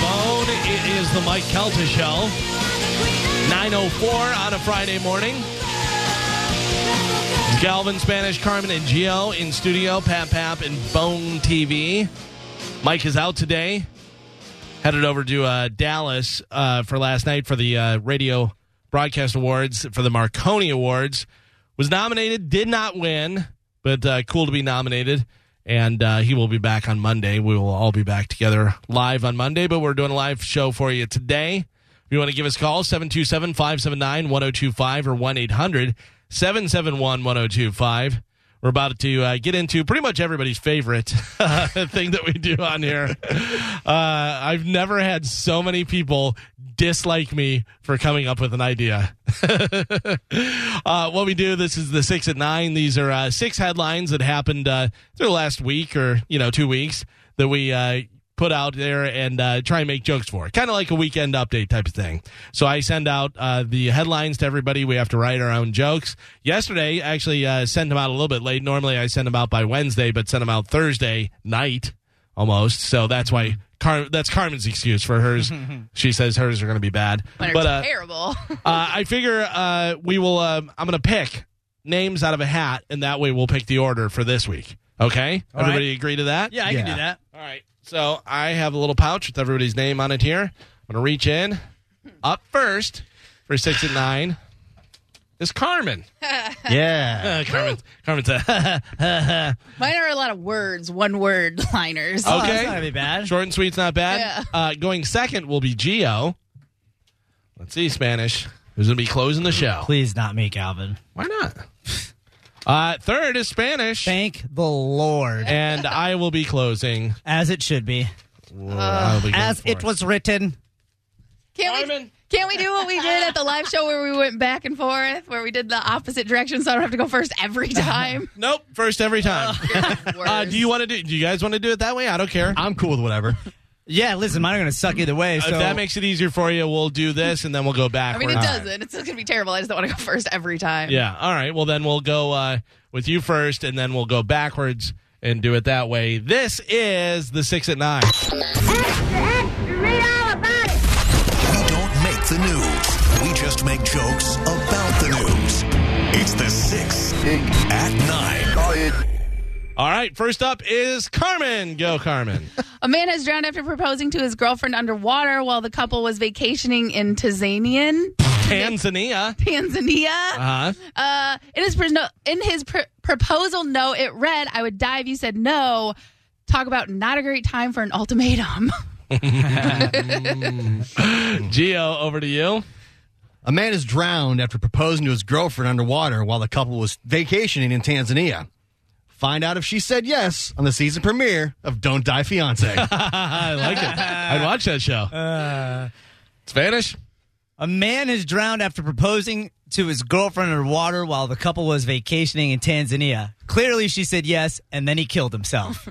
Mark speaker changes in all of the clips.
Speaker 1: oh the Mike Calta Show. 9.04 on a Friday morning. It's Galvin, Spanish, Carmen, and Geo in studio. Pap Pap and Bone TV. Mike is out today. Headed over to uh, Dallas uh, for last night for the uh, Radio Broadcast Awards, for the Marconi Awards. Was nominated, did not win, but uh, cool to be nominated. And uh, he will be back on Monday. We will all be back together live on Monday, but we're doing a live show for you today. If you want to give us a call, 727 579 1025 or 1 800 771 1025. We're about to uh, get into pretty much everybody's favorite uh, thing that we do on here. Uh, I've never had so many people dislike me for coming up with an idea. uh, what we do, this is the six at nine. These are uh, six headlines that happened uh, through the last week or, you know, two weeks that we uh, put out there and uh, try and make jokes for. Kind of like a weekend update type of thing. So I send out uh, the headlines to everybody. We have to write our own jokes. Yesterday, I actually uh, sent them out a little bit late. Normally, I send them out by Wednesday, but sent them out Thursday night almost. So that's why.
Speaker 2: Mm-hmm.
Speaker 1: Car- that's Carmen's excuse for hers. she says hers are going to be bad.
Speaker 3: But,
Speaker 1: But uh,
Speaker 3: it's terrible.
Speaker 1: uh, I figure uh, we will. Um, I'm going to pick names out of a hat, and that way we'll pick the order for this week. Okay,
Speaker 2: All right.
Speaker 1: everybody agree to that?
Speaker 2: Yeah, I can do that.
Speaker 1: All right. So I have a little pouch with everybody's name on it here. I'm going to reach in. Up first for six and nine is Carmen.
Speaker 2: Yeah.
Speaker 1: Uh, Carmen. "Oh, Carmen's a
Speaker 3: Mine are a lot of words, one word liners.
Speaker 1: Oh.
Speaker 2: Oh,
Speaker 1: Okay.
Speaker 2: That's not gonna be bad.
Speaker 1: short and sweet's not bad.
Speaker 3: Yeah.
Speaker 1: Uh, going second will be Geo. Let's see, Spanish. Who's going to be closing the show?
Speaker 2: Please not me, Calvin.
Speaker 1: Why not? Uh, third is Spanish.
Speaker 2: Thank the Lord.
Speaker 1: and I will be closing.
Speaker 2: As it should be.
Speaker 1: I'll be going
Speaker 2: Uh, As it
Speaker 1: fourth.
Speaker 2: was written.
Speaker 3: Can't we,
Speaker 1: Carmen.
Speaker 3: can't we do what we did at the live show where we went back and forth, where we did the opposite direction so I don't have to go first every time?
Speaker 1: Nope, first every time.
Speaker 2: Oh,
Speaker 1: Uh, do you want to do? Do you guys want to do it that way? I don't care.
Speaker 4: I'm cool with whatever.
Speaker 2: Yeah, listen, mine are gonna suck either way. So
Speaker 1: if that makes it easier for you, we'll do this and then we'll go
Speaker 3: I
Speaker 1: backwards.
Speaker 3: mean, it doesn't. It's going to be terrible. I just don't want to go first every time.
Speaker 1: Yeah. All right. Well, then we'll go uh, with you first, and then we'll go backwards and do it that way. This is the six at nine.
Speaker 5: We don't make the news. We just make jokes about the news. It's the six at nine.
Speaker 1: All right. First up is Carmen. Go, Carmen.
Speaker 3: A man has drowned after proposing to his girlfriend underwater while the couple was vacationing in Tanzanian.
Speaker 1: Tanzania.
Speaker 3: Tanzania.
Speaker 1: Uh huh.
Speaker 3: Uh, in his pr- no- in his pr- proposal note, it read, "I would die if you said no." Talk about not a great time for an ultimatum.
Speaker 1: Geo, over to you.
Speaker 4: A man is drowned after proposing to his girlfriend underwater while the couple was vacationing in Tanzania. Find out if she said yes on the season premiere of Don't Die Fiance.
Speaker 1: I like it. I'd watch that show. Spanish.
Speaker 2: a man is drowned after proposing to his girlfriend underwater while the couple was vacationing in Tanzania. Clearly she said yes, and then he killed himself.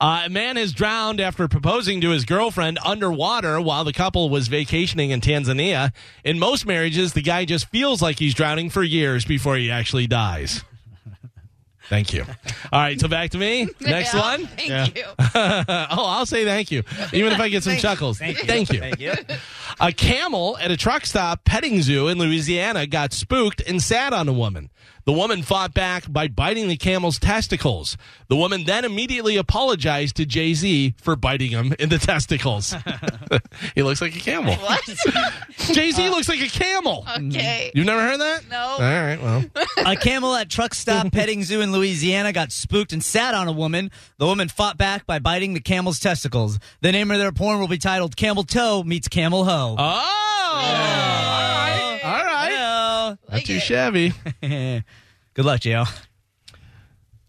Speaker 1: Uh, a man is drowned after proposing to his girlfriend underwater while the couple was vacationing in Tanzania. In most marriages, the guy just feels like he's drowning for years before he actually dies. Thank you. All right, so back to me. Next
Speaker 3: Yeah.
Speaker 1: one.
Speaker 3: Thank you.
Speaker 1: oh, I'll say thank you, even if I get some chuckles. Thank you.
Speaker 2: Thank you.
Speaker 1: A camel at a truck stop petting zoo in Louisiana got spooked and sat on a woman. The woman fought back by biting the camel's testicles. The woman then immediately apologized to Jay Z for biting him in the testicles. he looks like a camel.
Speaker 3: What?
Speaker 1: Jay Z looks like a camel.
Speaker 3: okay.
Speaker 1: You've never heard that?
Speaker 3: No.
Speaker 1: All right, well.
Speaker 2: A camel at truck stop petting zoo in Louisiana got spooked and sat on a woman. The woman fought back by biting the camel's testicles. The name of their porn will be titled Camel Toe Meets Camel Hoe.
Speaker 1: Oh! All right. All right.
Speaker 2: Hello.
Speaker 1: Not too shabby.
Speaker 2: Good luck, Gio.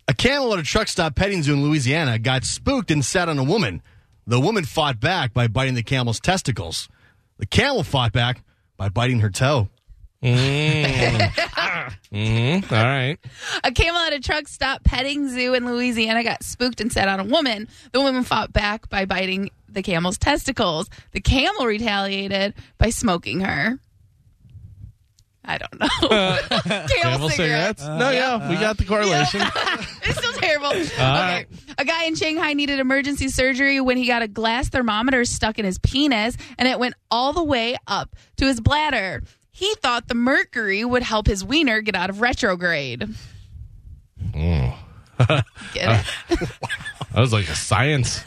Speaker 4: A camel at a truck stop petting zoo in Louisiana got spooked and sat on a woman. The woman fought back by biting the camel's testicles. The camel fought back by biting her toe.
Speaker 1: All right.
Speaker 3: A camel at a truck stop petting zoo in Louisiana got spooked and sat on a woman. The woman fought back by biting the camel's testicles. The camel retaliated by smoking her. I don't know. camel,
Speaker 1: Camel cigarettes? no, yeah, we got the correlation.
Speaker 3: It's still terrible. okay. A guy in Shanghai needed emergency surgery when he got a glass thermometer stuck in his penis and it went all the way up to his bladder. He thought the mercury would help his wiener get out of retrograde. Get it?
Speaker 1: That was like a science.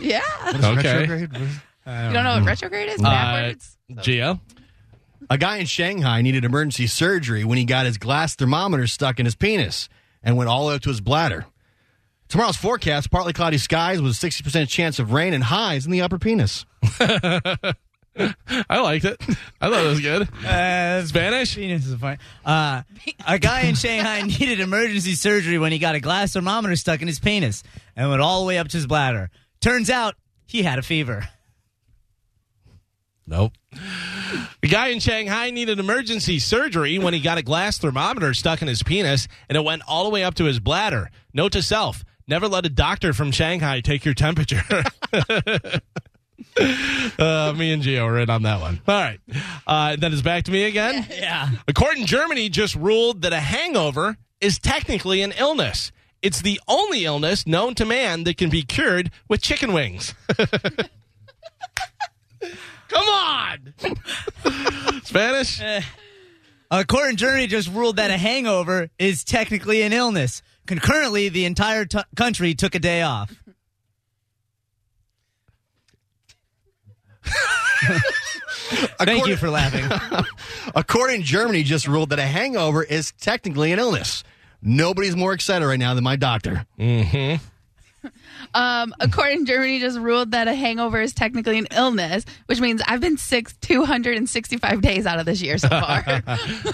Speaker 3: yeah.
Speaker 1: okay.
Speaker 2: Uh,
Speaker 3: You don't know what retrograde is?
Speaker 1: Uh,
Speaker 3: Backwards?
Speaker 1: Gio?
Speaker 4: A guy in Shanghai needed emergency surgery when he got his glass thermometer stuck in his penis and went all the way up to his bladder. Tomorrow's forecast partly cloudy skies with a 60% chance of rain and highs in the upper penis.
Speaker 1: I liked it. I thought it was good. Spanish?
Speaker 2: Penis is fine. Uh, a guy in Shanghai needed emergency surgery when he got a glass thermometer stuck in his penis and went all the way up to his bladder. Turns out he had a fever.
Speaker 1: Nope. The guy in Shanghai needed emergency surgery when he got a glass thermometer stuck in his penis and it went all the way up to his bladder. Note to self never let a doctor from Shanghai take your temperature. uh, me and Gio are in on that one. All right. Uh, then it's back to me again.
Speaker 2: Yeah.
Speaker 1: A court in Germany just ruled that a hangover is technically an illness. It's the only illness known to man that can be cured with chicken wings. Come on! Spanish?
Speaker 2: A court in Germany just ruled that a hangover is technically an illness. Concurrently, the entire t- country took a day off. Thank you for laughing.
Speaker 4: A court in Germany just ruled that a hangover is technically an illness. Nobody's more excited right now than my doctor.
Speaker 3: Um, a court in Germany just ruled that a hangover is technically an illness, which means I've been sick 265 days out of this year so far.
Speaker 1: I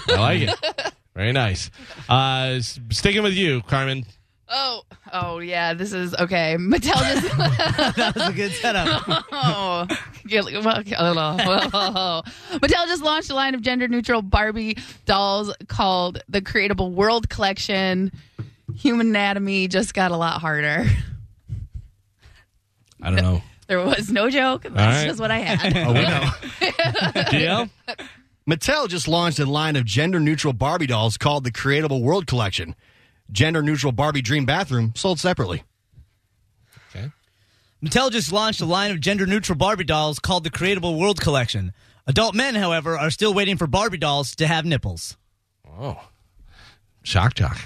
Speaker 1: like it. Very nice. Uh, s- sticking with you, Carmen.
Speaker 3: oh, oh yeah, this is okay. Mattel just
Speaker 2: that was a good setup.
Speaker 3: oh, Get- well, okay, oh, no. Whoa. Mattel just launched a line of gender-neutral Barbie dolls called the Creatable World Collection. Human anatomy just got a lot harder.
Speaker 1: I don't know.
Speaker 3: There was no joke. That's
Speaker 1: right.
Speaker 3: just what I had.
Speaker 4: Oh, we know.
Speaker 1: Gio?
Speaker 4: Mattel just launched a line of gender neutral Barbie dolls called the Creatable World Collection. Gender neutral Barbie Dream Bathroom sold separately.
Speaker 1: Okay.
Speaker 2: Mattel just launched a line of gender neutral Barbie dolls called the Creatable World Collection. Adult men, however, are still waiting for Barbie dolls to have nipples.
Speaker 1: Oh, shock jock.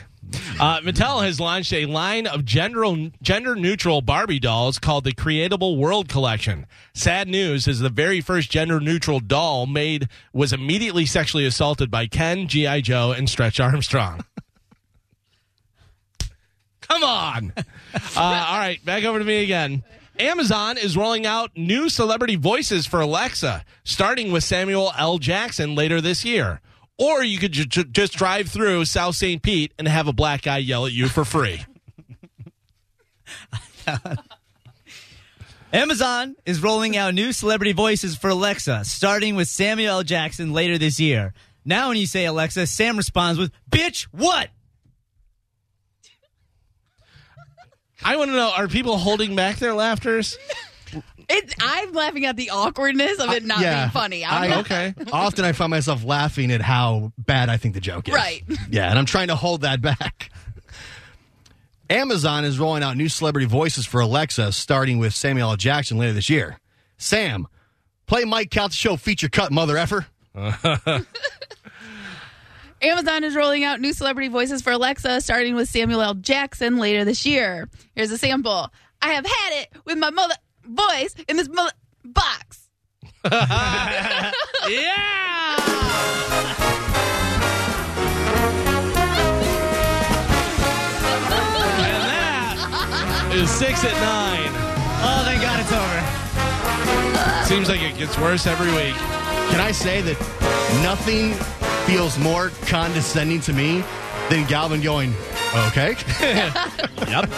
Speaker 1: Uh, Mattel has launched a line of gender gender neutral Barbie dolls called the Creatable World Collection. Sad news is the very first gender neutral doll made was immediately sexually assaulted by Ken, G.I. Joe, and Stretch Armstrong. Come on. Uh, all right, back over to me again. Amazon is rolling out new celebrity voices for Alexa, starting with Samuel L. Jackson later this year. Or you could ju- ju- just drive through South St. Pete and have a black guy yell at you for free.
Speaker 2: Amazon is rolling out new celebrity voices for Alexa, starting with Samuel L. Jackson later this year. Now, when you say Alexa, Sam responds with, Bitch, what?
Speaker 1: I want to know are people holding back their laughters?
Speaker 3: It, I'm laughing at the awkwardness of it not being funny. I'm
Speaker 4: I-
Speaker 3: not-
Speaker 1: okay.
Speaker 4: Often I find myself laughing at how bad I think the joke is.
Speaker 3: Right.
Speaker 4: Yeah, and I'm trying to hold that back. Amazon is rolling out new celebrity voices for Alexa, starting with Samuel L. Jackson later this year. Sam, play Mike Couch Show feature cut, mother effer.
Speaker 3: Amazon is rolling out new celebrity voices for Alexa, starting with Samuel L. Jackson later this year. Here's a sample. I have had it with my mother voice in this mother box.
Speaker 1: Yeah! and that is six at nine.
Speaker 2: Oh, thank God it's over.
Speaker 1: Seems like it gets worse every week.
Speaker 4: Can I say that nothing feels more condescending to me than Galvin going, okay?
Speaker 1: Yep.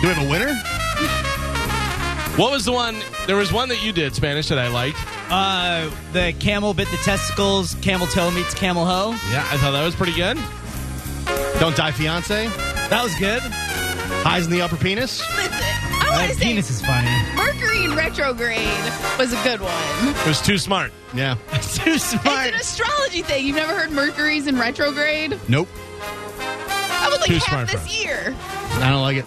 Speaker 4: Do we have a winner?
Speaker 1: What was the one? There was one that you did Spanish that I liked.
Speaker 2: Uh, the camel bit the testicles, camel toe meets camel hoe.
Speaker 1: Yeah, I thought that was pretty good.
Speaker 4: Don't die, fiance.
Speaker 2: That was good.
Speaker 4: Highs in the upper penis.
Speaker 3: Listen, I want
Speaker 2: That
Speaker 3: to say
Speaker 2: penis is funny.
Speaker 3: Mercury in retrograde was a good one.
Speaker 1: It was too smart.
Speaker 4: Yeah.
Speaker 2: It's too
Speaker 3: It's
Speaker 2: smart.
Speaker 3: an astrology thing. You've never heard Mercury's in retrograde?
Speaker 4: Nope.
Speaker 3: That was like
Speaker 1: Too smart
Speaker 3: half
Speaker 1: for
Speaker 3: this year.
Speaker 4: I don't like it.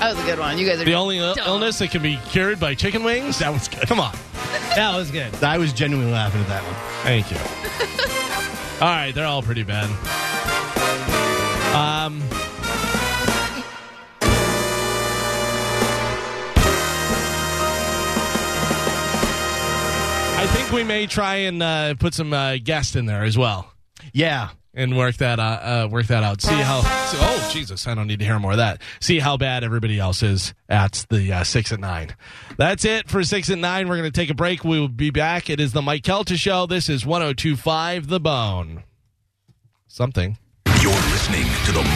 Speaker 3: That was a good one. You guys are
Speaker 1: The only il-
Speaker 3: dumb.
Speaker 1: illness that can be cured by chicken wings?
Speaker 4: That was good. Come on.
Speaker 2: That was good.
Speaker 4: I was genuinely laughing at that one.
Speaker 1: Thank you. all right, they're all pretty bad. Um, I think we may try and uh, put some uh, guest in there as well.
Speaker 4: Yeah.
Speaker 1: and work that uh, uh, work that out. See how. see- oh Jesus, I don't need to hear more of that. See how bad everybody else is at the uh, six at nine. That's it for six at nine. We're going to take a break. We will be back. It is the Mike Kelta Show. This is 102.5 The Bone. Something.
Speaker 5: You're listening to the